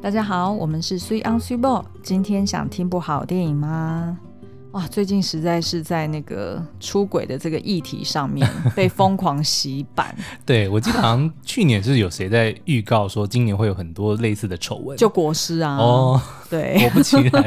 大家好，我们是 Three on Three Ball。今天想听部好电影吗？哇，最近实在是在那个出轨的这个议题上面被疯狂洗 版，对，我记得好像去年是有谁在预告说今年会有很多类似的丑闻。就国师啊，哦，对， 果不其然，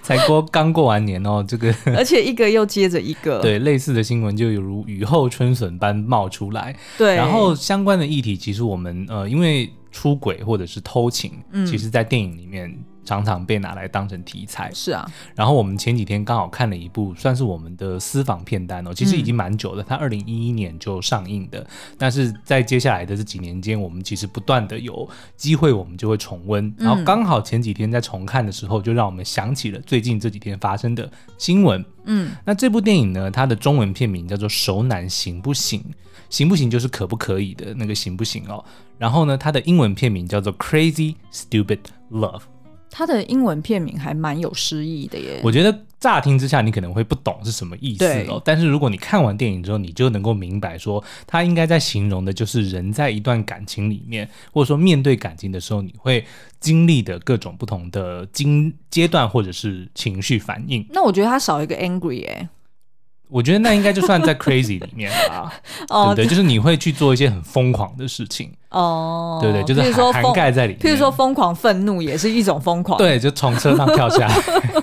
才过刚过完年哦，这个而且一个又接着一个，对类似的新闻就有如雨后春笋般冒出来。对然后相关的议题，其实我们呃，因为出轨或者是偷情，嗯其实在电影里面常常被拿来当成题材。是啊，然后我们前几天刚好看了一部，算是我们的私房片单哦，其实已经蛮久了，它二零一一年就上映的。但是在接下来的这几年间，我们其实不断的有机会，我们就会重温。然后刚好前几天在重看的时候，就让我们想起了最近这几天发生的新闻。嗯，那这部电影呢，它的中文片名叫做《熟男行不行》，行不行就是可不可以的那个行不行哦。然后呢，它的英文片名叫做《Crazy Stupid Love》。他的英文片名还蛮有诗意的耶。我觉得乍听之下你可能会不懂是什么意思对哦，但是如果你看完电影之后，你就能够明白说，它应该在形容的就是人在一段感情里面，或者说面对感情的时候，你会经历的各种不同的经阶段或者是情绪反 应。那我觉得他少一个 angry 哎、我觉得那应该就算在 crazy 里面 吧，对不哦对？就是你会去做一些很疯狂的事情，哦，对不对？就譬是如说涵疯涵，盖在里面。譬如说疯狂愤怒也是一种疯狂，啊对，就从车上跳下来。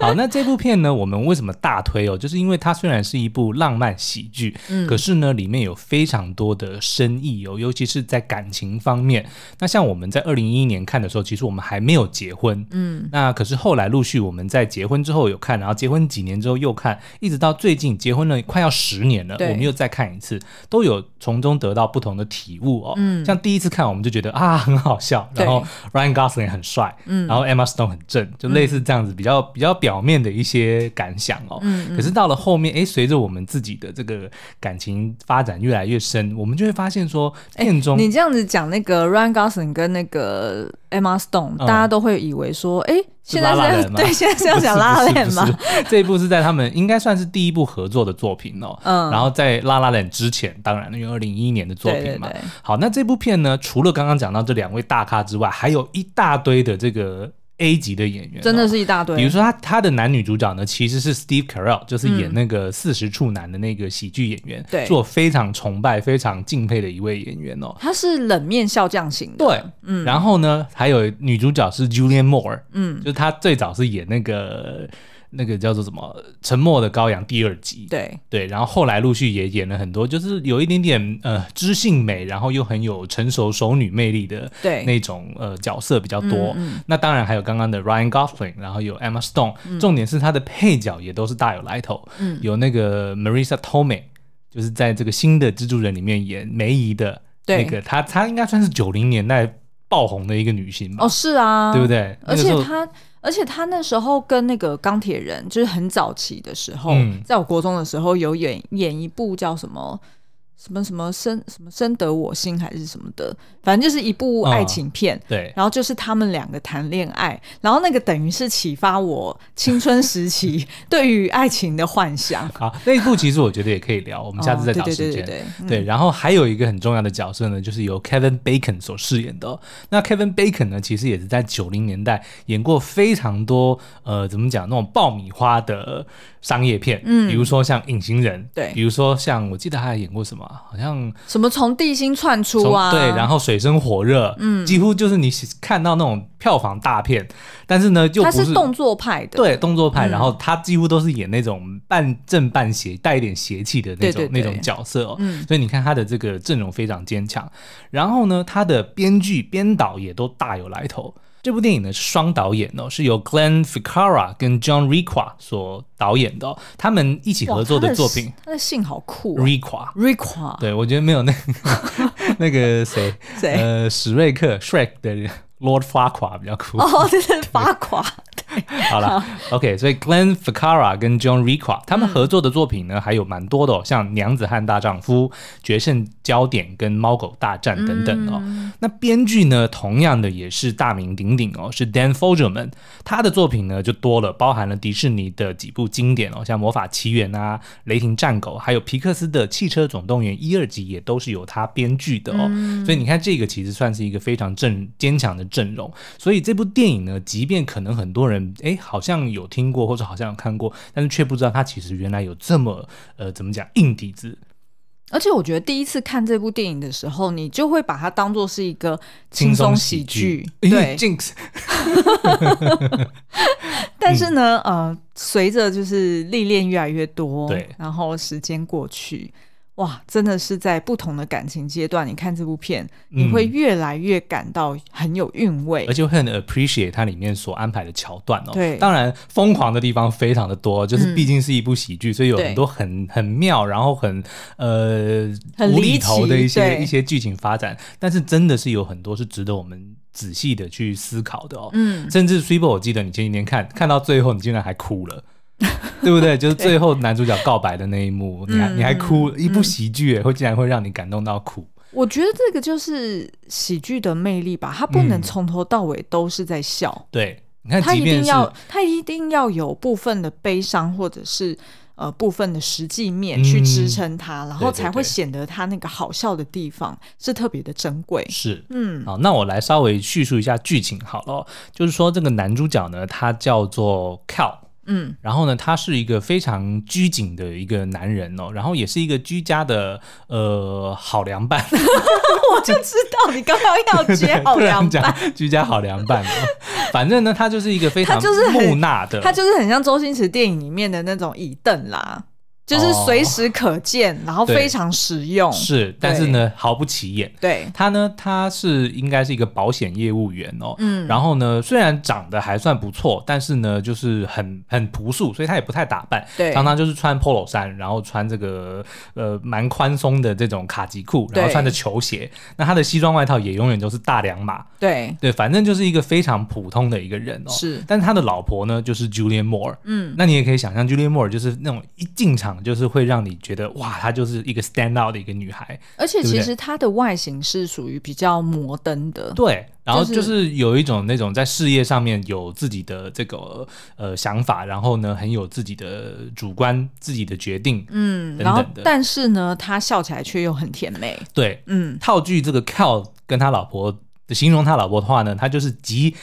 好，那这部片呢，我们为什么大推哦？就是因为它虽然是一部浪漫喜剧，嗯可是呢，里面有非常多的深意哦，尤其是在感情方面。那像我们在二零一一年看的时候，其实我们还没有结婚，嗯，那可是后来陆续我们在结婚之后有看，然后结婚几年之后又看，一直到最近结婚了快要十年了，对我们又再看一次，都有从中得到不同的体悟哦。嗯，像第一次看我们就觉得啊很好笑，对然后 Ryan Gosling 很帅，嗯，然后 Emma Stone 很正，就类嗯似这样子比较、比较表面的一些感想哦。嗯可是到了后面，诶，随着我们自己的这个感情发展越来越深，我们就会发现说，片中、你这样子讲，那个 Ryan Gosling 跟那个 Emma Stone，、嗯大家都会以为说，哎、现在拉拉是人吗 对，现在是要讲拉 不是链吗？？不是不是这一部是在他们应该算是第一部合作的作品哦。嗯然后在《拉拉链》之前，当然因为二零一一年的作对品对嘛。对，好，那这部片呢，除了刚刚讲到这两位大咖之外，还有一大堆的这个 A 级的演员哦、真的是一大堆。比如说他他的男女主角呢，其实是 Steve Carell，就是演那个四十处男的那个喜剧演员，对是我非常崇拜、非常敬佩的一位演员哦。他是冷面笑匠型的，对，嗯，然后呢，还有女主角是 Julian Moore，嗯，就是她最早是演那个呃那个叫做什么《沉默的羔羊》第二集，对对，然后后来陆续也演了很多，就是有一点点呃知性美，然后又很有成熟熟女魅力的对嗯那种呃角色比较多。那当然还有刚刚的 Ryan Gosling，然后有 Emma Stone，、重嗯点是他的配角也都是大有来头，有那个 Marisa Tomei，就是在这个新的蜘蛛人里面演梅姨的对那个，她她应该算是九零年代爆红的一个女星吧，哦，是啊，对不？对？而那个时且候他，而且他那时候跟那个钢铁人，就是很早期的时候，嗯在我国中的时候有演演一部叫什么什么什么深什么深得我心还是什么的，反正就是一部嗯爱情片。对。然后就是他们两个谈恋爱，然后那个等于是启发我青春时期 对于爱情的幻想。好，那一部其实我觉得也可以聊，我们下次再哦找对对时对间。对对，对，然后还有一个很重要的角色呢，就是由 Kevin Bacon 所饰演的哦、那 Kevin Bacon 呢，其实也是在九零年代演过非常多呃，怎么讲那种爆米花的商业片，嗯，比如说像《隐形人》，对比如说像我记得他还演过什么啊，好像 什么从地心窜出从啊？对，然后后水深火热，嗯，几乎就是你看到那种票房大片，但是呢，就他不是动作派的，对动作派，嗯然后他几乎都是演那种半正半邪、带一点邪气的那对种对对那种角色哦。嗯所以你看他的这个阵容非常坚强，然后呢，他的编剧、编导也都大有来头。这部电影呢是双导演哦，是由 Glenn Ficarra 跟 John Requa 所导演的、哦，他们一起哇合作的他作品他的姓好酷、啊 Requa。 r i q u a 对，我觉得没有那个那个谁，谁呃，史瑞克 Shrek 的 Lord Farquaad 比较酷。 哦，这是八卦， 好了，OK，所以 Glenn Ficarra 跟 John Requa 他们合作的作品呢，还有蛮多的、哦，像《娘子汉大丈夫》《决胜焦点》跟《猫狗大战》等等哦。那编剧呢，同样的也是大名鼎鼎哦，是 Dan Fogelman。他的作品呢就多了，包含了迪士尼的几部经典哦，像《魔法奇缘》啊，《雷霆战狗》，还有皮克斯的《汽车总动员》一、二集也都是由他编剧的哦。所以你看，这个其实算是一个非常阵坚强的阵容。所以这部电影呢，即便可能很多人哎好像有听过或者好像有看过，但是却不知道它其实原来有这么呃怎么讲硬底子。而且我觉得第一次看这部电影的时候，你就会把它当做是一个轻轻松松喜喜剧剧，对对。 ，Jinx，但是呢，呃，随着就是历练越来越多，对然后时间过去，哇，真的是在不同的感情阶段，你看这部片，你会越来越感到很有韵味嗯而。且会很 appreciate 它里面所安排的桥段哦。对当然疯狂的地方非常的多，嗯就是毕竟是一部喜剧，所以有对很多很很妙，然后很呃很无离厘头的奇一些对一些剧情发展，但是真的是有很多是值得我们仔细的去思考的哦。嗯，甚至 s w e e p e r 我记得你前几天看看到最后，你竟然还哭了。 对不对？就是最后男主角告白的那一幕，你嗯还你还哭，一部喜剧欸耶会竟然会让你感动到哭。我觉得这个就是喜剧的魅力吧，它不能嗯从头到尾都是在笑，对，你看，它即一便定是要它一定要有部分的悲伤或者是。呃，部分的实际面去嗯支撑它，然后对对才会对显得它那个好笑的地方是特别的珍贵。是嗯，好，那我来稍微叙述一下剧情好了哦、就是说这个男主角呢，他叫做 Cal。嗯，然后呢，他是一个非常拘谨的一个男人哦，然后也是一个居家的呃好良伴，我就知道你刚刚 要接好突然凉讲拌，居家好良伴哦。反正呢，他就是一个非常他就是很木讷的，它就是很像周星驰电影里面的那种椅凳啦，就是随时可见，然后对非常实用。是，但是呢毫不起眼。对，他呢，他是应该是一个保险业务员哦，嗯然后呢，虽然长得还算不错，但是呢，就是很很朴素，所以他也不太打扮，对常常就是穿 polo 衫，然后穿这个呃蛮宽松的这种卡其裤，然后对穿着球鞋，那他的西装外套也永远都是大两码，对，对，反正就是一个非常普通的一个人哦。是但他的老婆呢，就是 Julian Moore。嗯，那你也可以想象，Julian Moore 就是那种一进场就是会让你觉得哇，她就是一个 stand out 的一个女孩。而且对不其对实它的外形是属于比较摩登的。对，然后就就是有一种那种在事业上面有自己的这个呃想法，然后呢很有自己的主观、自己的决定，嗯，等然后等的但是呢，他笑起来却又很甜美。对。嗯，套句这个 Cal 跟他老婆形容他老婆的话呢，他就是集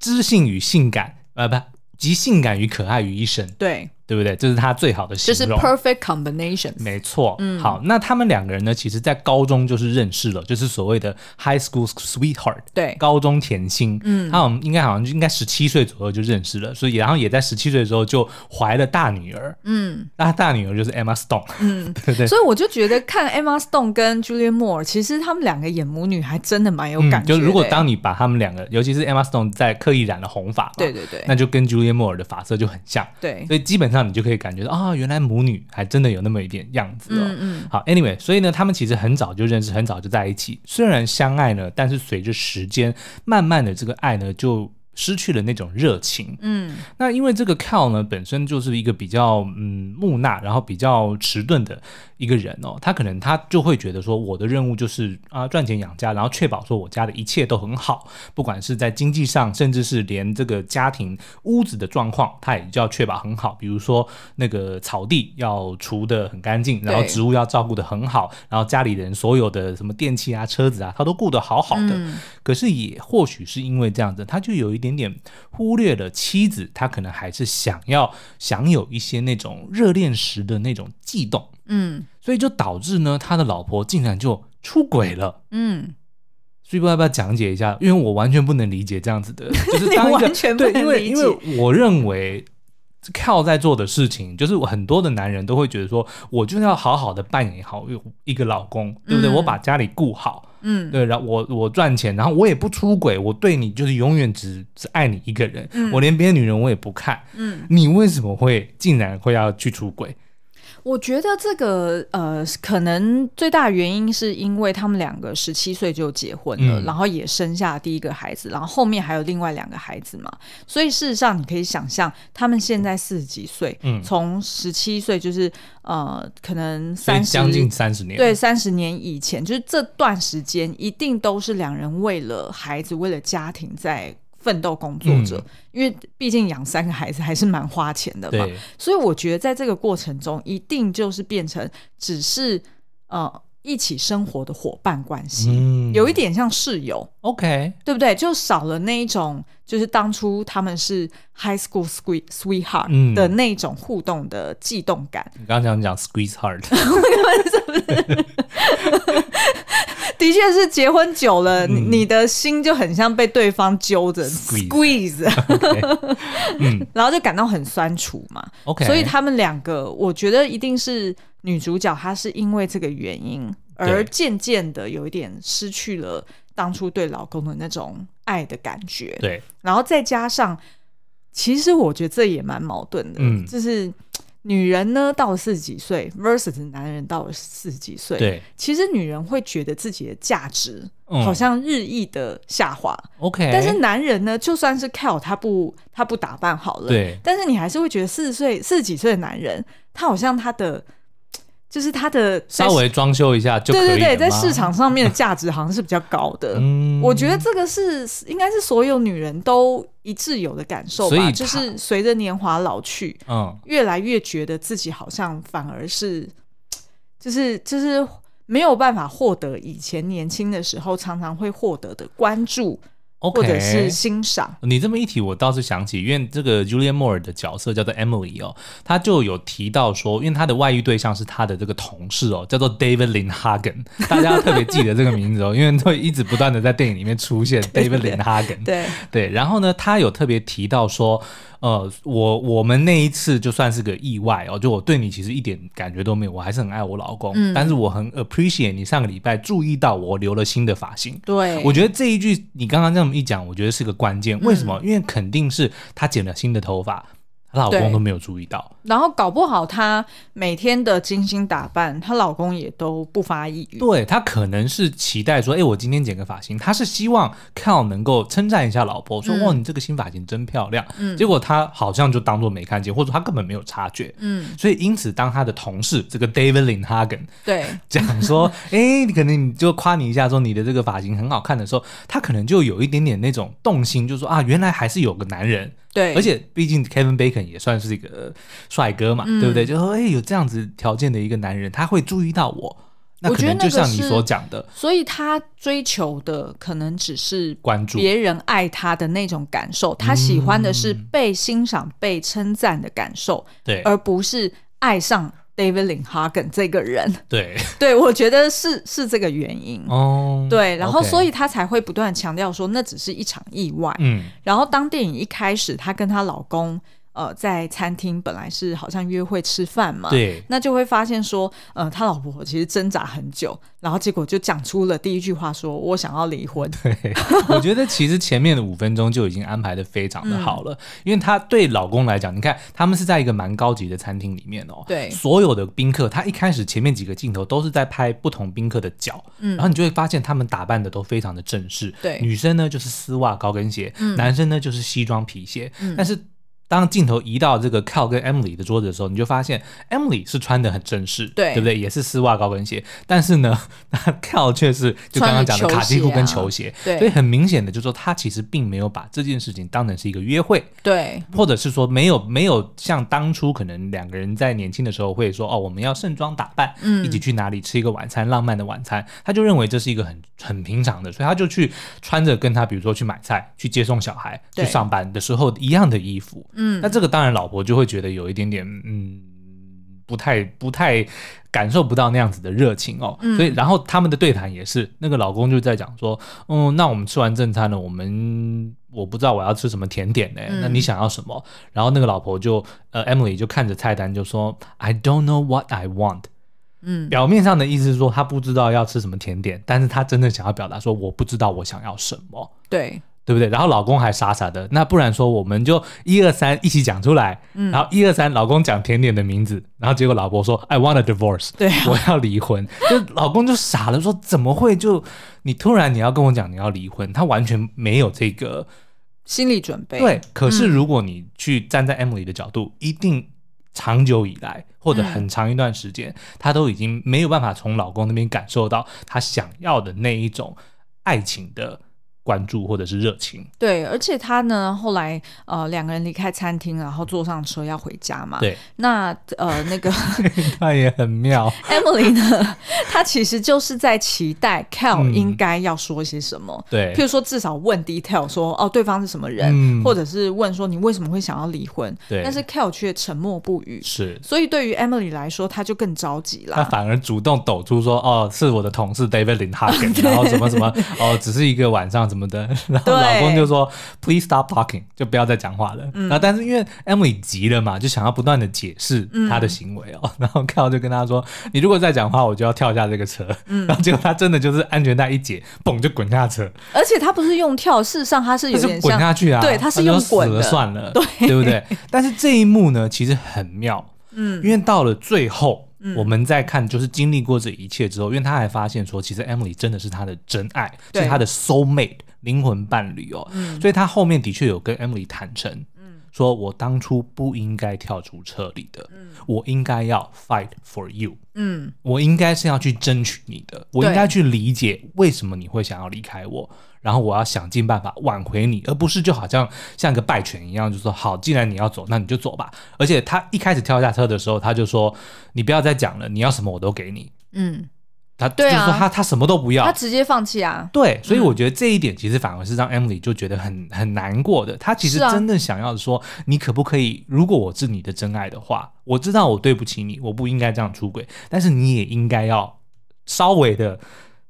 知性与性感，呃不，集性感与可爱于一身，对，对不对？这是他最好的就形是嗯容。 perfect combination。没错，好，那他们两个人呢，其实在高中就是认识了，就是所谓的 high school sweetheart，对高中甜心，嗯，他们应该好像就应该十七岁左右就认识了，所以然后也在十七岁的时候就怀了大女儿，嗯那大女儿就是 Emma Stone，嗯， 对不对？所以我就觉得看 Emma Stone 跟 Julian Moore，其实他们两个演母女还真的蛮有感嗯，觉的、就如果当你把他们两个，尤其是 Emma Stone 在刻意染了红发嘛，对对对那就跟 Julia Moore 的发色就很像，对，所以基本上你就可以感觉到啊、原来母女还真的有那么一点样子哦。嗯嗯，好，Anyway，所以呢，他们其实很早就认识，很早就在一起。虽然相爱呢，但是随着时间，慢慢的这个爱呢就失去了那种热情。嗯，那因为这个 Cal 呢本身就是一个比较嗯木讷，然后比较迟钝的一个人哦，他可能他就会觉得说，我的任务就是啊赚钱养家，然后确保说我家的一切都很好，不管是在经济上，甚至是连这个家庭屋子的状况，他也就要确保很好。比如说那个草地要除的很干净，然后对植物要照顾的很好，然后家里人所有的什么电器啊、车子啊，他都顾得好好的。嗯可是也或许是因为这样子，他就有一点点忽略了妻子，他可能还是想要享有一些那种热恋时的那种悸动，嗯所以就导致呢，他的老婆竟然就出轨了。嗯，所以不知道要不要讲解一下，因为我完全不能理解这样 子的，就是当一个你完全不对，能因为理解因为我认为。靠在做的事情，就是很多的男人都会觉得说，我就是要好好的扮演好一个老公，对不对？嗯我把家里顾好，嗯对，然后我我赚钱，然后我也不出轨，我对你就是永远只只爱你一个人，我连别的女人我也不看。嗯，你为什么会竟然会要去出轨？我觉得这个呃，可能最大的原因是因为他们两个十七岁就结婚了，嗯然后也生下第一个孩子，然后后面还有另外两个孩子嘛。所以事实上，你可以想象，他们现在四十几岁，嗯从十七岁就是呃，可能所以三十将近三十年，对，三十年以前，就是这段时间，一定都是两人为了孩子、为了家庭在奋斗工作着，因为毕竟养三个孩子还是蛮花钱的嘛。嗯对，所以我觉得在这个过程中，一定就是变成只是呃一起生活的伙伴关系，嗯有一点像室友。 OK，对不对？就少了那一种，就是当初他们是 high school sweet sweetheart 嗯的那种互动的悸动感，你刚刚讲讲 squeeze hard，的确是结婚久了，嗯你你的心就很像被对方揪着 Squeeze squeeze， OK，嗯然后就感到很酸楚嘛。 ，OK，所以他们两个，我觉得一定是女主角，她是因为这个原因而对渐渐的有一点失去了当初对老公的那种爱的感觉。对，然后再加上，其实我觉得这也蛮矛盾的，嗯就是女人呢到了四十几岁 versus 男人到了四十几岁，对其实女人会觉得自己的价值嗯好像日益的下滑， OK，但是男人呢，就算是 Cal 他不他不打扮好了，对但是你还是会觉得四十岁四十几岁的男人，他好像他的就是他的在稍微装修一下就可以对对对，了在吗市，场上面的价值好像是比较高的。嗯我觉得这个是应该是所有女人都一致有的感受所以吧，她就是随着年华老去，嗯越来越觉得自己好像反而是，就是就是没有办法获得以前年轻的时候常常会获得的关注，OK，或者是欣赏。你这么一提，我倒是想起，因为这个 Julian Moore 的角色叫做 Emily 哦，她就有提到说，因为她的外遇对象是她的这个同事哦，叫做 David Lin Hagen，大家要特别记得这个名字哦，因为会一直不断的在电影里面出 现 David Lin Hagen。对，对，然后呢，他有特别提到说，呃，我我们那一次就算是个意外哦，就我对你其实一点感觉都没有，我还是很爱我老公，嗯但是我很 appreciate 你上个礼拜注意到我留了新的发型。对，嗯我觉得这一句你刚刚这么一讲，我觉得是个关键。为什么？因为肯定是她剪了新的头发，她老对公都没有注意到。然后搞不好她每天的精心打扮，她老公也都不发一语。对她可能是期待说，哎、我今天剪个发型，她是希望 Cal 能够称赞一下老嗯婆，说，哇，你这个新发型真漂亮。结果她好像就当做没看见，或者她根本没有察觉。嗯，所以因此，当她的同事这个 David Lin Hagen 对，讲 说，哎、你可能你就夸你一下，说你的这个发型很好看的时候，她可能就有一点点那种动心，就说啊，原来还是有个男人。对，而且毕竟 Kevin Bacon 也算是一个呃帅哥嗯嘛，对不对？就说哎、有这样子条件的一个男人，他会注意到我。那我可觉得能就那个像你是所讲的，所以她追求的可能只是关注别人爱她的那种感受，她喜欢的是被欣赏、被称赞的感受，对而不是爱上 David Lin Hagen 这个人。 对 对，我觉得是是这个原因。哦，对，然后 OK 所以她才会不断地强调说，那只是一场意外。嗯然后当电影一开始，她跟她老公呃在餐厅本来是好像约会吃饭嘛，，对那就会发现说，呃，他老婆其实挣扎很久，然后结果就讲出了第一句话说我想要离婚，对， 我觉得其实前面的五分钟就已经安排的非常的好了，嗯因为她对老公来讲，你看他们是在一个蛮高级的餐厅里面哦，对所有的宾客，他一开始前面几个镜头都是在拍不同宾客的脚，然后你就会发现他们打扮的都非常的正式，嗯对嗯女生呢就是丝袜高跟鞋，男生呢就是西装皮鞋，但是。当镜头移到这个 Cal 跟 Emily 的桌子的时候，你就发现 Emily 是穿的很正式，对对不对？也是丝袜高跟鞋，但是呢，Cal 却是就刚刚讲的穿着球卡其裤鞋啊跟球鞋，对所以很明显的就是说，他其实并没有把这件事情当成是一个约会，对或者是说没有没有像当初可能两个人在年轻的时候会说哦，我们要盛装打扮，一起去哪里吃一个晚餐，浪漫的晚餐，他就认为这是一个很很平常的，所以他就去穿着跟他比如说去买菜、去接送小孩、去对上班的时候一样的衣服，嗯，那这个当然老婆就会觉得有一点点嗯。不太不太感受不到那样子的热情哦，所以然后他们的对谈也是，那个老公就在讲说，嗯，那我们吃完正餐了，我们我不知道我要吃什么甜点呢、那你想要什么？然后那个老婆就呃 Emily 就看着菜单就说 I don't know what I want。嗯表面上的意思是说她不知道要吃什么甜点，但是她真的想要表达说我不知道我想要什么。对对不对？然后老公还傻傻的，那不然说我们就一二三一起讲出来，然后一二三，老公讲甜甜的名字，然后结果老婆说 I want a divorce，对我要离婚， 就老公就傻了，说怎么会就你突然你要跟我讲你要离婚，他完全没有这个心理准备。对，，可嗯是如果你去站在 Emily 的角度，一定长久以来或嗯者很长一段时间，她都已经没有办法从老公那边感受到她想要的那一种爱情的关注或者是热情。对，而且他呢，后来呃，两个人离开餐厅，然后坐上车要回家嘛。对， 那呃，那个那也很妙。 Emily 呢，她其实就是在期待 Cal 嗯应该要说些什么。对譬，如说，至少问 detail 说哦，对方是什么人，嗯或者是问说你为什么会想要离婚？对但是 Cal 却沉默不语，是。所以对于 Emily 来说，她就更着急他啦。反而主动抖出说：“哦，是我的同事 David Lin Hagen，然后什么什么，哦，只是一个晚上什么的。” 然后对老公就说：“Please stop talking，就不要再讲话了。嗯然后但是因为 Emily 急了嘛，就想要不断的解释嗯她的行为哦。 然后 Cal 就跟他说：“你如果再讲话，我就要跳下这个车。嗯然后结果他真的就是安全带一解，嘣就滚下车。而且她不是用跳，事实上她是他有是点滚像，下去啊，对他是用滚就的死了算了，对不 对？但是这一幕呢，其实很妙，嗯，因为到了最后，嗯我们再看，就是经历过这一切之后，因为他还发现说，其实 Emily 真的是他的真爱，对嗯是他的 soul mate 灵魂伴侣哦，所以他后面的确有跟 Emily 坦诚。说我当初不应该跳出车里的，我应该要 fight for you，嗯，我应该是要去争取你的，我应该去理解为什么你会想要离开我，然后我要想尽办法挽回你，而不是就好像像个败犬一样，就说好，既然你要走，那你就走吧。而且他一开始跳下车的时候，他就说你不要再讲了，你要什么我都给你。嗯，他对啊就说他他什么都不要她，直接放弃啊。对，所以我觉得这一点其实反而是让 Emily 就觉得很很难过的。她其实是啊真正想要的说，你可不可以，如果我是你的真爱的话，我知道我对不起你，我不应该这样出轨，但是你也应该要稍微的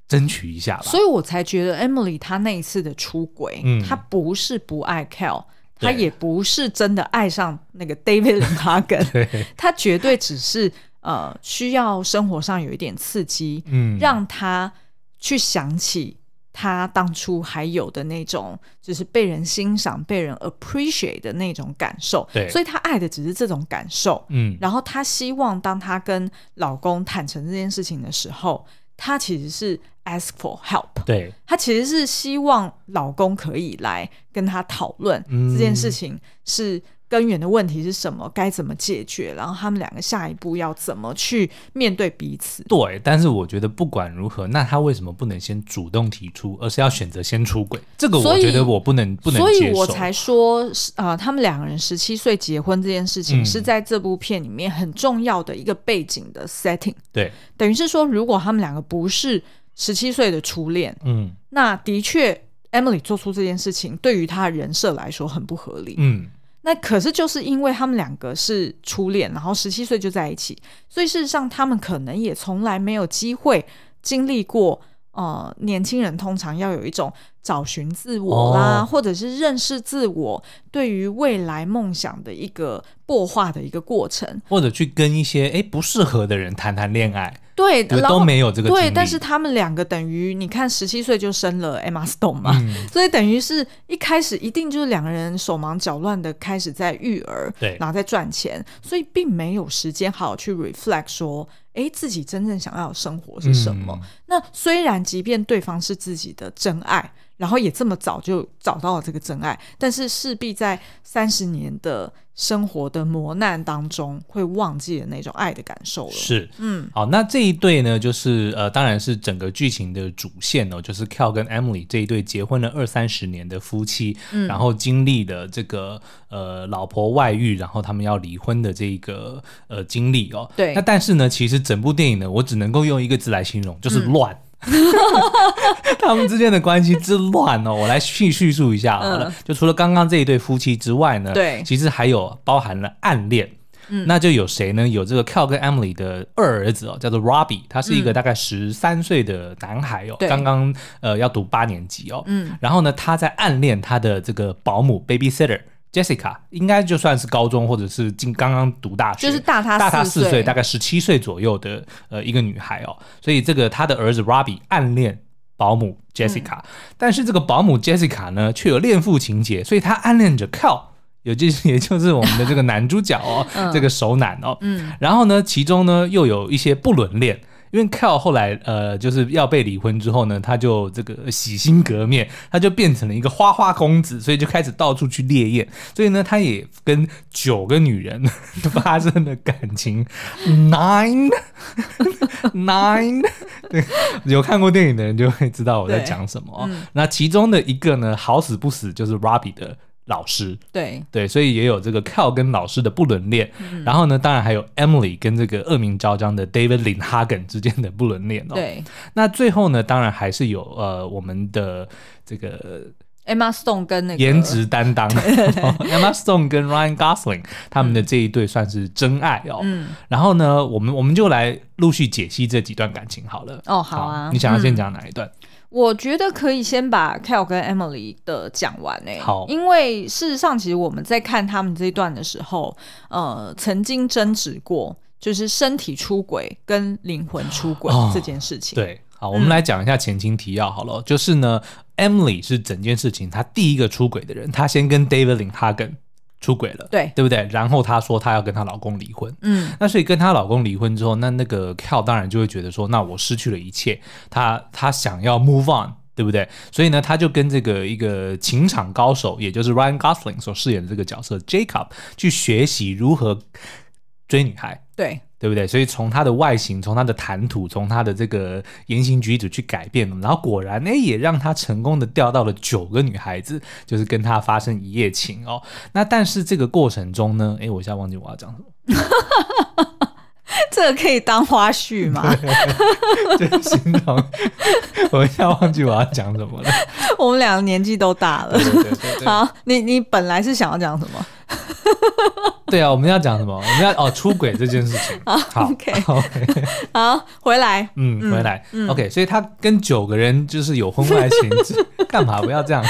争取一下吧。所以我才觉得 Emily 她那一次的出轨，嗯她不是不爱 Cal，她对也不是真的爱上那个 David l i n h a g e n 对， 她绝对只是呃需要生活上有一点刺激，嗯，让她去想起她当初还有的那种，就是被人欣赏、被人 appreciate 的那种感受。对所以她爱的只是这种感受。嗯然后她希望当她跟老公坦诚这件事情的时候，她其实是 ask for help，对，她其实是希望老公可以来跟她讨论嗯这件事情是根源的问题是什么，该怎么解决，然后他们两个下一步要怎么去面对彼此。对，但是我觉得不管如何，那他为什么不能先主动提出，而是要选择先出轨？这个我所以觉得我不能不能所接以受。我才说，呃，他们两个人十七岁结婚这件事情嗯是在这部片里面很重要的一个背景的 setting。对，等于是说，如果他们两个不是十七岁的初恋，嗯那的确，Emily 做出这件事情对于她的人设来说很不合理。嗯，那可是就是因为他们两个是初恋，然后十七岁就在一起，所以事实上他们可能也从来没有机会经历过。呃，年轻人通常要有一种找寻自我啦，哦或者是认识自我，对于未来梦想的一个擘画的一个过程。或者去跟一些诶不适合的人谈谈恋爱，对，对，然后都没有这个经对，历但是他们两个等于你看，十七岁就生了 Emma Stone 嘛，嗯 所以等于是一开始一定就是两个人手忙脚乱的开始在育儿，对然后在赚钱，所以并没有时间好好去 reflect 说，诶，自己真正想要的生活是什么？嗯那虽然即便对方是自己的真爱，然后也这么早就找到了这个真爱，但是势必在三十年的生活的磨难当中，会忘记了那种爱的感受了。是，嗯，好，那这一对呢，就是呃，当然是整个剧情的主线哦，就是 Cal 跟 Emily 这一对结婚了二三十年的夫妻，嗯然后经历了这个呃老婆外遇，然后他们要离婚的这个呃经历哦。对那但是呢，其实整部电影呢，我只能够用一个字来形容，就是嗯乱。 他们之间的关系之乱哦，我来叙叙述一下好了。就除了刚刚这一对夫妻之外呢，嗯对其实还有包含了暗恋。嗯那就有谁呢？有这个 Cal 跟 Emily 的二儿子哦，叫做 Robbie，他是一个大概十三岁的男孩嗯哦，对刚刚呃要读八年级哦。嗯，然后呢，他在暗恋他的这个保姆 babysitter Jessica，应该就算是高中或者是进刚刚读大学，就是大他大他四四岁，岁大概十七岁左右的呃一个女孩哦。所以这个他的儿子 Robbie 暗恋保姆 Jessica，、但嗯是这个保姆 Jessica 呢，却有恋父情节，所以她暗恋着 Cal，也就是也就是我们的这个男主角 哦，这个熟男哦。嗯然后呢，其中呢又有一些不伦恋，因为 Cal 后来呃就是要被离婚之后呢，他就这个洗心革面，他就变成了一个花花公子，所以就开始到处去猎艳，所以呢，他也跟九个女人 发生了感情，nine 嗯 nine，对，有看过电影的人就会知道我在对讲什么哦。嗯，那其中的一个呢，好死不死就是 Robbie 的老师，对，对，所以也有这个 Cal 跟老师的不伦恋，嗯然后呢，当然还有 Emily 跟这个恶名昭彰的 David Lin Hagen 之间的不伦恋哦。对那最后呢，当然还是有呃我们的这个，Emma Stone 跟那个颜，值担当 Emma Stone 跟 Ryan Gosling 他们的这一对算是真爱哦。嗯，然后呢，我们我们就来陆续解析这几段感情好了。哦，好啊，你想要先嗯讲哪一段？我觉得可以先把 Cal 跟 Emily 的讲完诶、好因为事实上，其实我们在看他们这一段的时候，呃，曾经争执过，就是身体出轨跟灵魂出轨哦这件事情。，嗯对，好，我们来讲一下前情提要好了，就是呢，Emily 是整件事情她第一个出轨的人，她先跟 David Lin Hagen 出轨了，对对不对？然后她说她要跟她老公离婚。嗯，那所以跟她老公离婚之后，那那个 Cal 当然就会觉得说，那我失去了一切，她她想要 move on，对不对？所以呢，她就跟这个一个情场高手，也就是 Ryan Gosling 所饰演的这个角色 Jacob 去学习如何追女孩。对， 对不对？所以从他的外形，从他的谈吐，从他的这个言行举止去改变，然后果然，哎，也让他成功的钓到了九个女孩子，就是跟他发生一夜情哦。那但是这个过程中呢，哎，我一下忘记我要讲什么，这个可以当花絮吗？就是形容， 我一下忘记我要讲什么了。 我们两个年纪都大了对。对对对 对好，你你本来是想要讲什么？对啊，我们要讲什么？我们要哦，出轨这件事情。好 OK OK，好，回来，嗯，回来。OK，所以他跟九个人就是有婚外情， 这干嘛不要这样？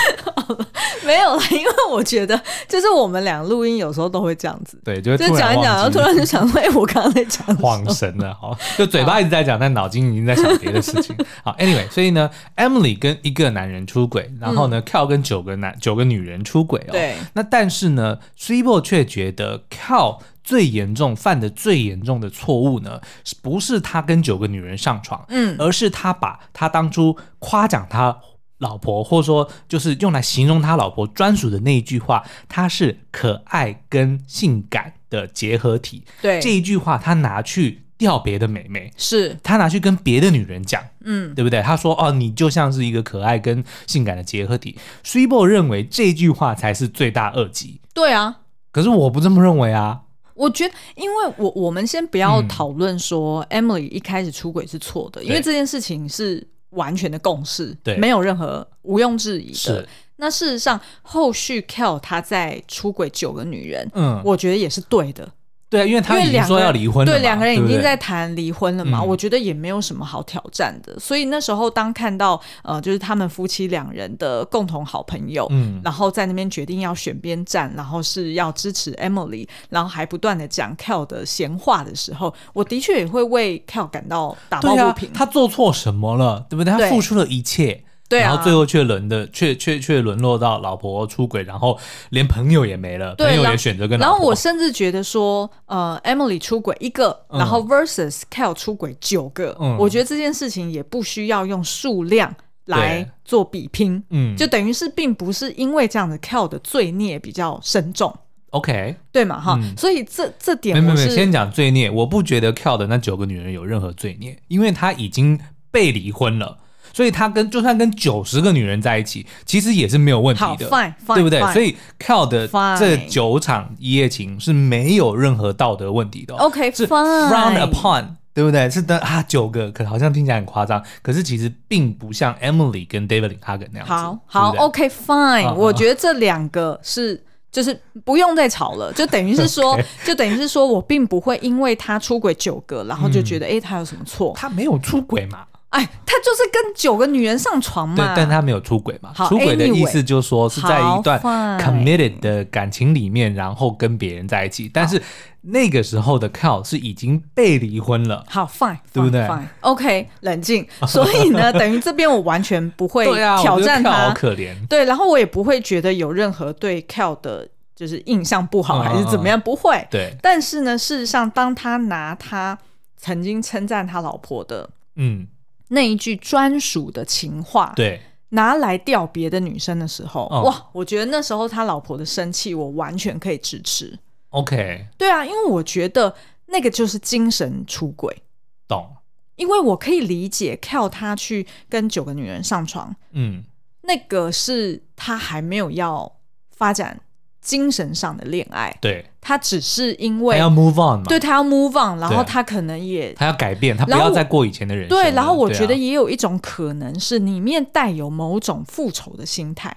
没有啦，因为我觉得就是我们俩录音有时候都会这样子，对，就 会就突然讲一讲，然忘后记突然就想说，哎、我刚刚在讲 什么？恍神了，好， 就嘴巴一直在讲，但脑筋已经在想别的事情。好，anyway，所以呢，Emily 跟一个男人出轨，然后呢、c a l 跟九个男九个女人出轨嗯哦。。对，那但是呢 s i b o 却觉得 Cal 最严重犯的最严重的错误呢，是不是他跟九个女人上床，嗯，而是他把他当初夸奖他老婆，或者说就是用来形容他老婆专属的那一句话，他是可爱跟性感的结合体。对，这一句话他拿去钓别的美眉，是，他拿去跟别的女人讲，嗯，对不对？他说：“哦，你就像是一个可爱跟性感的结合体。” s i b o 认为这句话才是罪大恶极，对啊。可是我不这么认为啊。我觉得，因为我我们先不要嗯讨论说 Emily 一开始出轨是错的，因为对这件事情是完全的共识，对没有任何毋庸置疑的是。，那事实上，后续 Kel 他在出轨九个女人，嗯，我觉得也是对的，对啊，因为他因为已经两说个要人离婚了嘛，对，两个人已不经对在谈离婚了嘛，嗯我觉得也没有什么好挑战的。所以那时候当看到呃，就是他们夫妻两人的共同好朋友。嗯，然后在那边决定要选边站，然后是要支持 Emily，然后还不断的讲 Cal 的闲话的时候，我的确也会为 Cal 感到打抱对不啊平。，他做错什么了？对不对？他对付出了一切。对啊然后最后却沦的，却却却沦落到老婆出轨，然后连朋友也没了，对朋友然也选择跟然老后婆。我甚至觉得说，呃，Emily 出轨一个，嗯然后 versus Cal 出轨九个，嗯我觉得这件事情也不需要用数量来对做比拼，嗯，就等于是并不是因为这样的 Cal 的罪孽比较深重， OK，对嘛哈？嗯所以这这点没没我没，是先讲罪孽，我不觉得 Cal 的那九个女人有任何罪孽，因为她已经被离婚了，所以她跟就算跟九十个女人在一起，其实也是没有问题好的。 fine fine，对不对 fine 所以 Cal 的 Fine 这九场一夜情是没有任何道德问题的、哦。 OK 是 fine frown upon，对不对？是的啊，九个，可好像听起来很夸张，可是其实并不像 Emily 跟 David Hagen 那样子。好好对不对 OK fine，、啊我觉得这两个是。就是不用再吵了，就等于是 说 OK 就等于是嗯说我并不会因为他出轨九个，然后就觉得诶他有什么错他没有出轨嘛？哎，他就是跟九个女人上床对嘛，，但他没有出轨嘛？嗯好出轨的意思 anyway 就是说是在一段好，fine committed 的感情里面，然后跟别人在一起。但是那个时候的 Cal 是已经被离婚了。好 fine，对不对 fine, fine？OK，冷 静。所以呢，等于这边我完全不会对啊，挑战我觉得 Cal 他，好可怜。对，然后我也不会觉得有任何对 Cal 的就是印象不好嗯嗯还是怎么样，不会。对，但是呢，事实上，当他拿他曾经称赞他老婆的嗯，那一句专属的情话，对，拿来吊别的女生的时候，嗯哇，我觉得那时候他老婆的生气，我完全可以支持。 OK，对啊，因为我觉得那个就是精神出轨。懂。因为我可以理解 Cal 他去跟九个女人上床，嗯，那个是他还没有要发展精神上的恋爱，对，他只是因他为要 move on 嘛，对他要 move on，然对啊后他可能也他要改变，他不然后要我再过以前的人生了。对，然后我对啊觉得也有一种可能是里面带有某种复仇的心态，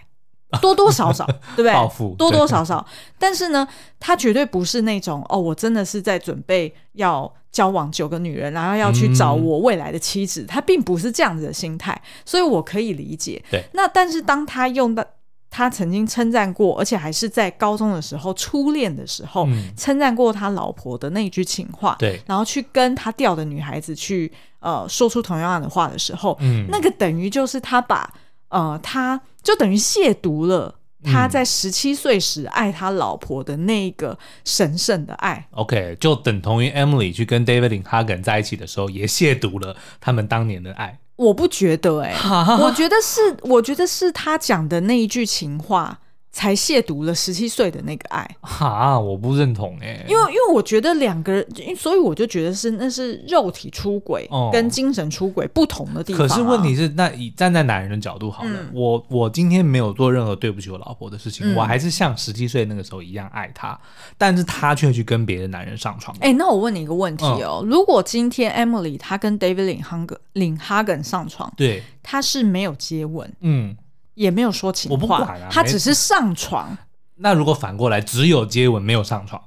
多多少 少，对不对？报复多对多少少，但是呢，他绝对不是那种哦，我真的是在准备要交往九个女人，然后要去找嗯我未来的妻子，他并不是这样子的心态，所以我可以理解。对，那但是当他用到他曾经称赞过，而且还是在高中的时候初恋的时候、嗯称赞过他老婆的那句情话， 对，然后去跟他钓的女孩子去呃说出同样的话的时候，嗯，那个等于就是他把呃，他就等于亵渎了他在十七岁时爱他老婆的那一个神圣的爱。 OK，就等同于 Emily 去跟 David Lin Hagen 在一起的时候，也亵渎了他们当年的爱。我不觉得、欸，哎，我觉得是，我觉得是他讲的那一句情话才亵渎了十七岁的那个爱。哦哈，我不认同哎、因为，因为我觉得两个人，因所以我就觉得是那是肉体出轨哦跟精神出轨不同的地方、啊可是问题，是，那以站在男人的角度好了，嗯我我今天没有做任何对不起我老婆的事情，嗯我还是像十七岁那个时候一样爱她，但是她却去跟别的男人上床。哎、那我问你一个问题哦，嗯如果今天 Emily 她跟 David 领哈根领哈根上床，对，他是没有接吻，嗯，也没有说情话，我不管啊他没只是上床，那如果反过来只有接吻没有上床，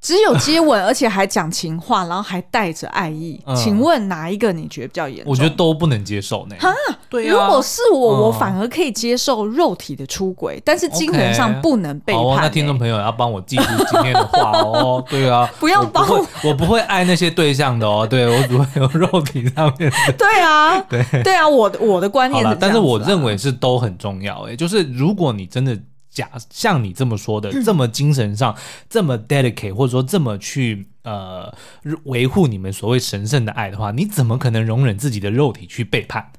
只有接吻，而且还讲情话，然后还带着爱意。嗯请问哪一个你觉得比较严重？我觉得都不能接受呢。对啊，如果是我，嗯我反而可以接受肉体的出轨，但是精神 OK 上不能背叛、好哦，那听众欸朋友要帮我记住今天的话 哦。对啊，不要帮我我不会，我不会爱那些对象的哦。对我只会有肉体上面的。 对 啊，对啊，我的我的观好念是、了，但是我认。为是都很重要、欸。就是如果你真的假像你这么说嗯的，这么精神上这么 dedicate，或者说这么去呃维护你们所谓神圣的爱的话，你怎么可能容忍自己的肉体去背叛？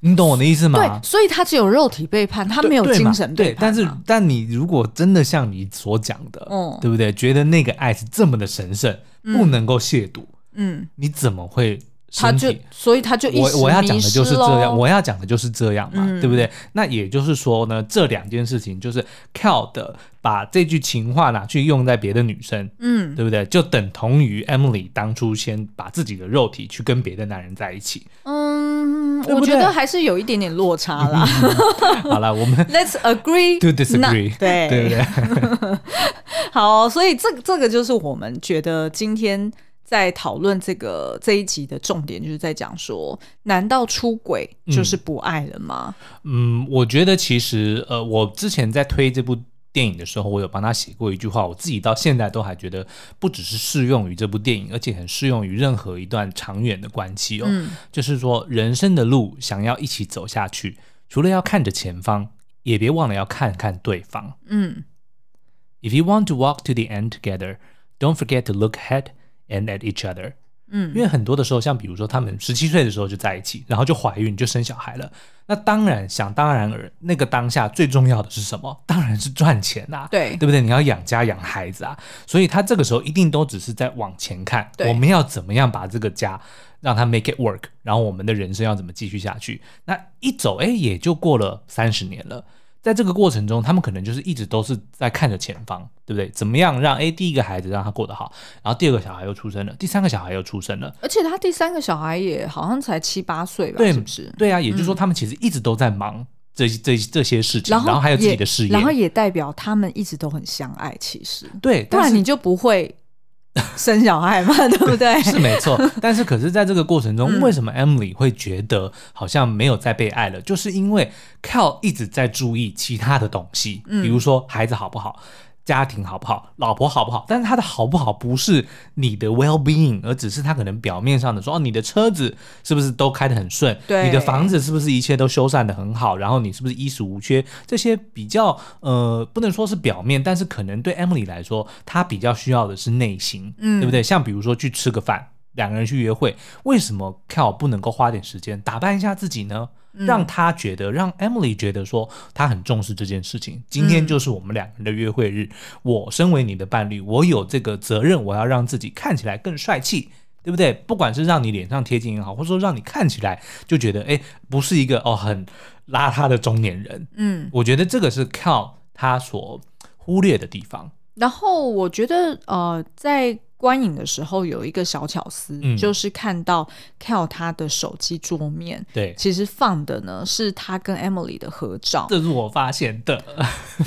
你懂我的意思吗？对，所以他只有肉体背叛，他对没有对嘛精神背叛对，啊、但是但你如果真的像你所讲的，嗯对不对？觉得那个爱是这么的神圣，不能够亵渎，嗯，你怎么会他身就体？所以他就 一时我我要讲迷的失就是这咯样，我要讲的就是这样嘛，嗯对不对？那也就是说呢，这两件事情就是 Cal 的把这句情话拿去用在别的女生，嗯对不对？就等同于 Emily 当初先把自己的肉体去跟别的男人在一起。嗯，对我不觉对得还是有一点点落差啦。好了，我们 Let's agree to disagree， not- 对对不对？好，哦所以这这个就是我们觉得今天在讨论这个这一集的重点，就是在讲说，难道出轨就是不爱了吗？嗯，我觉得其实呃，我之前在推这部电影的时候，我有帮他写过一句话，我自己到现在都还觉得不只是适用于这部电影，而且很适用于任何一段长远的关系哦。嗯就是说，人生的路想要一起走下去，除了要看着前方，也别忘了要看看对方。嗯 If you want to walk to the end together, don't forget to look ahead and at each other. 因嗯为很多的时候，像比如说他们十七岁的时候就在一起，然后就怀孕就生小孩了。那当然，想当然而那个当下最重要的是什么？ 当然是赚钱啊，对对不对？你要养家养孩子啊，所以他这个时候一定都只是在往前看，对我们要怎么样把这个家让它 make it work，然后我们的人生要怎么继续下去？那一走，哎，也就过了三十年了。在这个过程中，他们可能就是一直都是在看着前方，对不对？怎么样让哎第一个孩子让他过得好，然后第二个小孩又出生了，第三个小孩又出生了，而且他第三个小孩也好像才七八岁吧，对是不是？嗯对啊，也就是说他们其实一直都在忙这这这些事情，然后还有自己也的事业，然后也代表他们一直都很相爱，其实对，不但然是你就不会生小孩 嘛，对不对？是没错， 但是可是在这个过程中，嗯为什么 Emily 会觉得好像没有再被爱了？就是因为 Cal 一直在注意其他的东西，嗯比如说孩子好不好。家庭好不好，老婆好不好？但是他的好不好不是你的 well being，而只是他可能表面上的说，哦，你的车子是不是都开得很顺？对你的房子是不是一切都修缮的很好？然后你是不是衣食无缺？这些比较呃，不能说是表面，但是可能对 Emily 来说，她比较需要的是内心，嗯对不对？像比如说去吃个饭，两个人去约会，为什么 Cal 不能够花点时间打扮一下自己呢？嗯让他觉得，让 Emily 觉得说，他很重视这件事情。今嗯天就是我们两个人的约会日，我身为你的伴侣，我有这个责任，我要让自己看起来更帅气，对不对？不管是让你脸上贴金也好，或者说让你看起来就觉得，哎，不是一个哦很邋遢的中年人。嗯，我觉得这个是 Cal 他所忽略的地方。然后我觉得呃，在观影的时候有一个小巧思，嗯就是看到 Cal 他的手机桌面。对，其实放的呢是他跟 Emily 的合照，这是我发现的。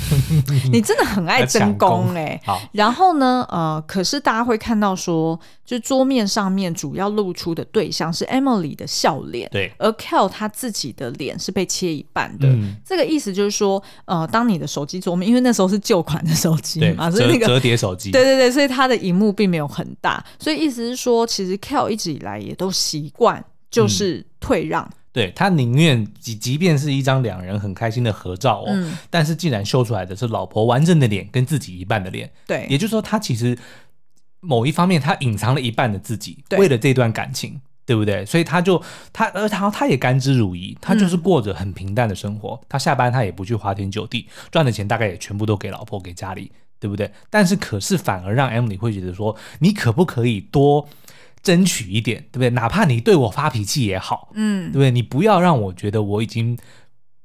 你真的很爱抢真功功哎、好，然后呢，呃，可是大家会看到说，就桌面上面主要露出的对象是 Emily 的笑脸，对，而 Cal 他自己的脸是被切一半的。嗯，这个意思就是说，呃，当你的手机桌面，因为那时候是旧款的手机对，嘛，啊所以折那个。折叠手机，对对对，所以它的荧幕并没有很大，所以意思是说，其实 Cal 一直以来也都习惯嗯就是退让，对他宁愿即即便是一张两人很开心的合照哦，嗯但是既然秀出来的是老婆完整的脸跟自己一半的脸，也对就是说他其实某一方面他隐藏了一半的自己，对为了这段感情。对不对？所以他就他而他他也甘之如饴，他就是过着很平淡的生活。他下班他也不去花天酒地，赚的钱大概也全部都给老婆给家里，对不对？但是可是反而让 Emily 会觉得说，你可不可以多争取一点，对不对？哪怕你对我发脾气也好，嗯，对你不要让我觉得我已经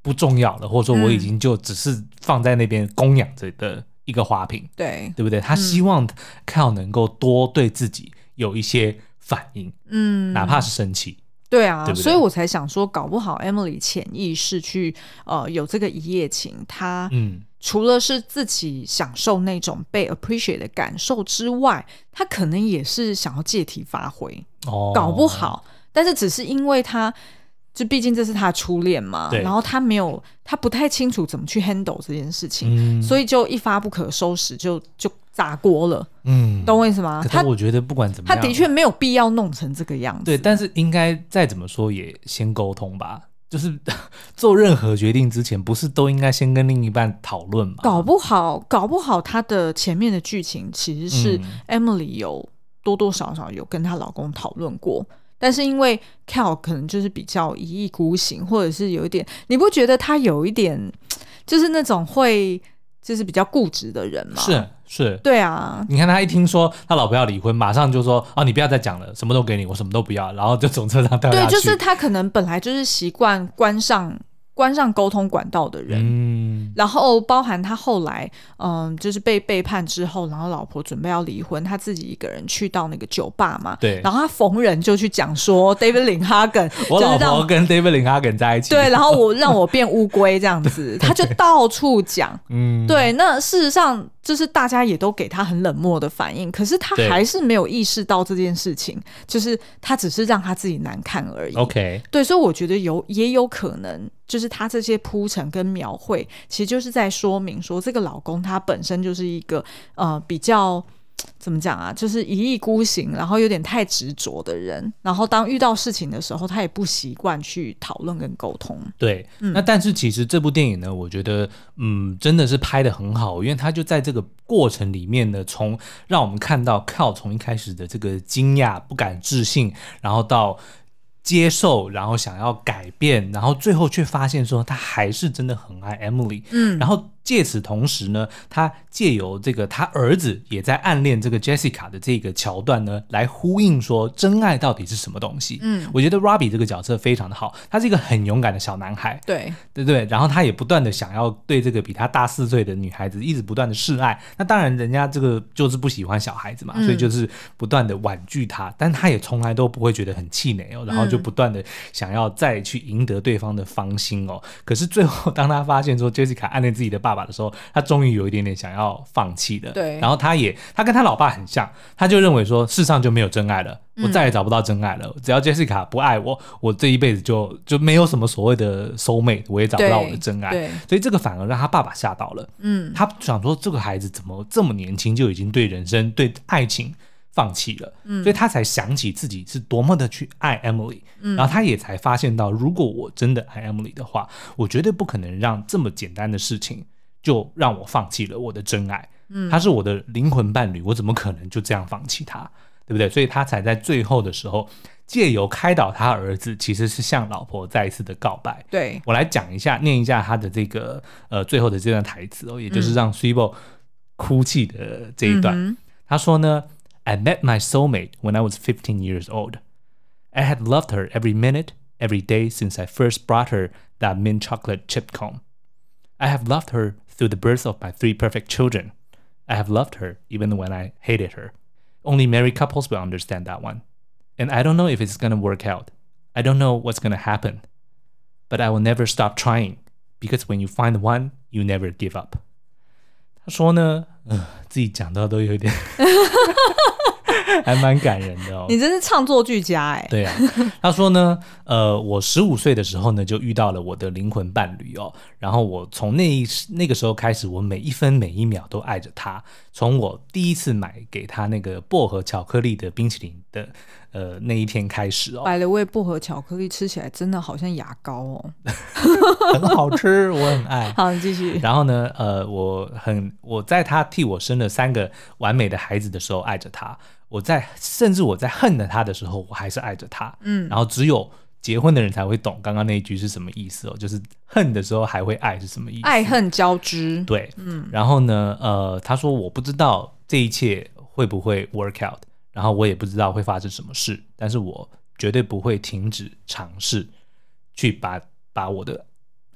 不重要了，或者说我已嗯经就只是放在那边供养着的一个花瓶，对，对不对？他嗯希望 Cal 能够多对自己有一些反应，嗯，哪怕是生气。对啊，对不对所以我才想说，搞不好 Emily 潜意识去呃有这个一夜情，她嗯，除了是自己享受那种被 appreciate 的感受之外，她可能也是想要借题发挥，哦，搞不好，但是只是因为她。就毕竟这是她的初恋嘛，对然后她没有，她不太清楚怎么去 handle 这件事情，嗯，所以就一发不可收拾，就就砸锅了，嗯，懂我意思吗？可她是我觉得不管怎么她样，啊啊的确没有必要弄成这个样子，对，但是应该再怎么说也先沟通吧。就是 做任何决定之前，不是都应该先跟另一半讨论吗？搞不好，搞不好她的前面的剧情其实是嗯 Emily 有多多少少有跟她老公讨论过，但是因为 Cal 可能就是比较一意孤行，或者是有一点，你不觉得他有一点就是那种会就是比较固执的人吗？，是是，对啊，你看他一听说他老婆要离婚，马上就说：“哦，你不要再讲了，什么都给你，我什么都不要。”然后就从车上掉对下，去。就是他可能本来就是习惯关上关上沟通管道的人，嗯，然后包含他后来，嗯，就是被背叛之后，然后老婆准备要离婚，他自己一个人去到那个酒吧嘛，对然后他逢人就去讲 说 David l i n h a g e n 我就老是婆让跟 David 林哈根在一起。对，，然后我让我变乌龟这样子， 他就到处讲。嗯，对，那事实上就是大家也都给他很冷漠的反应，可是他对还是没有意识到这件事情，就是他只是让他自己难看而已。 ，OK，对，所以我觉得有也有可能，就是他这些铺陈跟描绘，其实就是在说明说，这个老公他本身就是一个呃比较怎么讲啊，就是一意孤行，然后有点太执着的人，然后当遇到事情的时候，他也不习惯去讨论跟沟通。对。嗯那但是其实这部电影呢，我觉得嗯，真的是拍的很好，因为他就在这个过程里面呢，从让我们看到 Cal 从一开始的这个惊讶、不敢置信，然后到。接受，然后想要改变，然后最后却发现说他还是真的很爱 Emily，嗯然后借此同时呢，他借由这个他儿子也在暗恋这个 Jessica 的这个桥段呢，来呼应说真爱到底是什么东西。嗯，我觉得 Robbie 这个角色非常的好，他是一个很勇敢的小男孩，对，对不对？然后他也不断的想要对这个比他大四岁的女孩子一直不断的示爱。那当然，人家这个就是不喜欢小孩子嘛，嗯所以就是不断的婉拒他，但他也从来都不会觉得很气馁哦，然后嗯就就不断的想要再去赢得对方的芳心哦。可是最后，当他发现说 Jessica 暗恋自己的爸爸的时候，他终于有一点点想要放弃了。对然后他也，他跟他老爸很像，他就认为说，世上就没有真爱了。嗯我再也找不到真爱了。只要 Jessica 不爱我，我这一辈子就就没有什么所谓的 soul mate，我也找不到我的真爱。对，所以这个反而让他爸爸吓到了。嗯，他想说，这个孩子怎么这么年轻就已经对人生、对爱情放弃了？嗯所以他才想起自己是多么的去爱 Emily，、然嗯后他也才发现到，如果我真的爱 Emily 的话，我绝对不可能让这么简单的事情就让我放弃了我的真爱。嗯，他是我的灵魂伴侣，我怎么可能就这样放弃他？对不对？所以他才在最后的时候，借由开导他儿子，其实是向老婆再一次的告白。对，我来讲一下，念一下他的这个呃最后的这段台词哦，也就是让 s i b o 哭泣的这一段。嗯他说呢，I met my soulmate when I was fifteen years old. I had loved her every minute, every day since I first brought her that mint chocolate chip cone. I have loved her through the birth of my three perfect children. I have loved her even when I hated her. Only married couples will understand that one. And I don't know if it's going to work out. I don't know what's going to happen. But I will never stop trying because when you find one, you never give up. 他说呢，呃，自己讲到都有点， 还蛮感人的哦。你真是唱作俱佳哎、对啊， 他说呢，呃，我十五岁的时候呢，就遇到了我的灵魂伴侣哦，然后我从那一那个时候开始，我每一分每一秒都爱着他。从我第一次买给他那个薄荷巧克力的冰淇淋的呃那一天开始 哦，百了味薄荷巧克力吃起来真的好像牙膏哦。很好吃，我很爱。好，你继 续。然后呢，呃，我很我在他替我生了三个完美的孩子的时候爱着他，我在甚至我在恨了他的时候，我还是爱着他。嗯，然后只有结婚的人才会懂刚刚那一句是什么意思哦，就是恨的时候还会爱是什么意思？爱恨交织。对，嗯。然后呢，呃，他说我不知道这一切会不会 work out，然后我也不知道会发生什么事，但是我绝对不会停止尝试去把把我的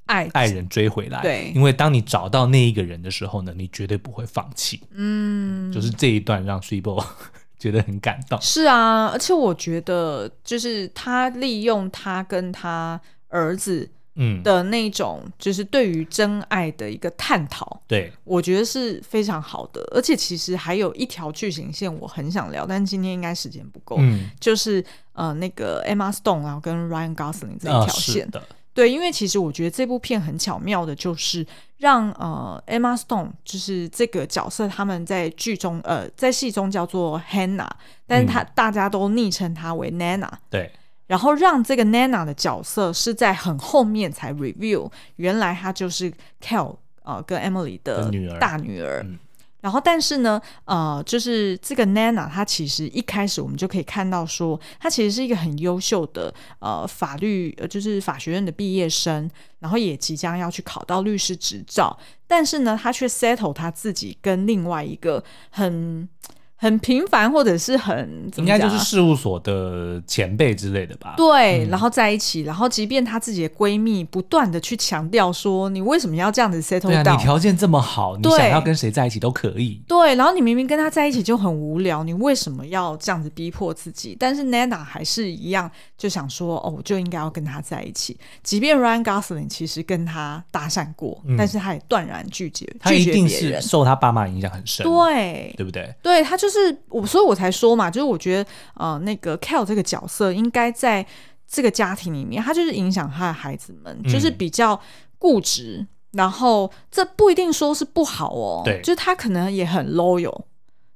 爱，爱人追回来。对因为当你找到那一个人的时候呢，你绝对不会放弃。嗯，就是这一段让 s u i b o 觉得很感动。是啊，而且我觉得，就是他利用他跟他儿子嗯，的那种，就是对于真爱的一个探讨，对，我觉得是非常好的。而且其实还有一条剧情线我很想聊，但今天应该时间不够。嗯，就是呃，那个 Emma Stone 然后跟 Ryan Gosling 这一条啊是线，的，对，因为其实我觉得这部片很巧妙的，就是让呃 Emma Stone 就是这个角色，他们在剧中呃在戏中叫做 Hannah，但是她、大家都昵称她为 Nana，对。然后让这个 Nana 的角色是在很后面才 reveal，原来她就是 Cal 呃跟 Emily 的的女儿大女儿。嗯然后，但是呢，呃，就是这个 Nana，她其实一开始我们就可以看到说，她其实是一个很优秀的呃法律，呃就是法学院的毕业生，然后也即将要去考到律师执照，但是呢，她却 settle 她自己跟另外一个很很平凡或者是很怎应么该讲啊就是事务所的前辈之类的吧？对，然后在一起，然后即便她自己的闺蜜不断的去强调说，你为什么要这样子 settle 对啊，你 down？条件这么好，你对想要跟谁在一起都可以。对，然后你明明跟她在一起就很无聊，你为什么要这样子逼迫自己？但是 Nana 还是一样，就想说，哦，我就应该要跟她在一起。即便 Ryan Gosling 其实跟她搭讪过，但是他也断然拒绝，他拒嗯一绝定别是人。受他爸妈影响很深，对，对不对？对他就是我，所以我才说嘛，就是我觉得呃，那个 Cal 这个角色应该在这个家庭里面，他就是影响他的孩子们，就是嗯比较固执，然后这不一定说是不好哦，对就是他可能也很 loyal，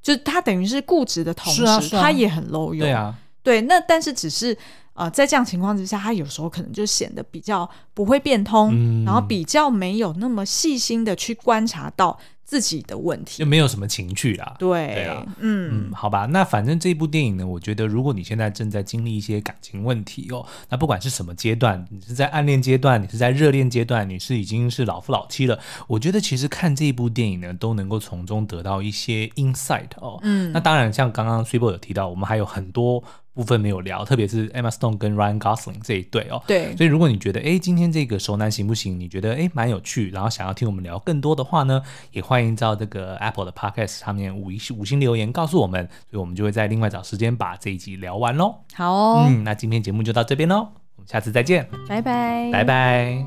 就是他等于是固执的同时，是啊是啊他也很 loyal，对啊，对，那但是只是呃，在这样情况之下，他有时候可能就显得比较不会变通，嗯然后比较没有那么细心的去观察到自己的问题就。没有什么情趣啦。对，嗯对啊嗯嗯，好吧，那反正这部电影呢，我觉得如果你现在正在经历一些感情问题哦，那不管是什么阶段，你是在暗恋阶段，你是在热恋阶段，你是已经是老夫老妻了，我觉得其实看这一部电影呢，都能够从中得到一些 insight 哦。嗯那当然，像刚刚 s i b o 有提到，我们还有很多部分没有聊，特别是 Emma Stone 跟 Ryan Gosling 这一对哦。对，所以如果你觉得诶今天这个熟男行不行，你觉得诶蛮有趣，然后想要听我们聊更多的话呢，也欢欢迎到这个 Apple 的 Podcast 上面五一五星留言告诉我们，所以我们就会再另外找时间把这一集聊完喽。好哦，嗯嗯，那今天节目就到这边喽，我们下次再见，拜拜，拜。拜。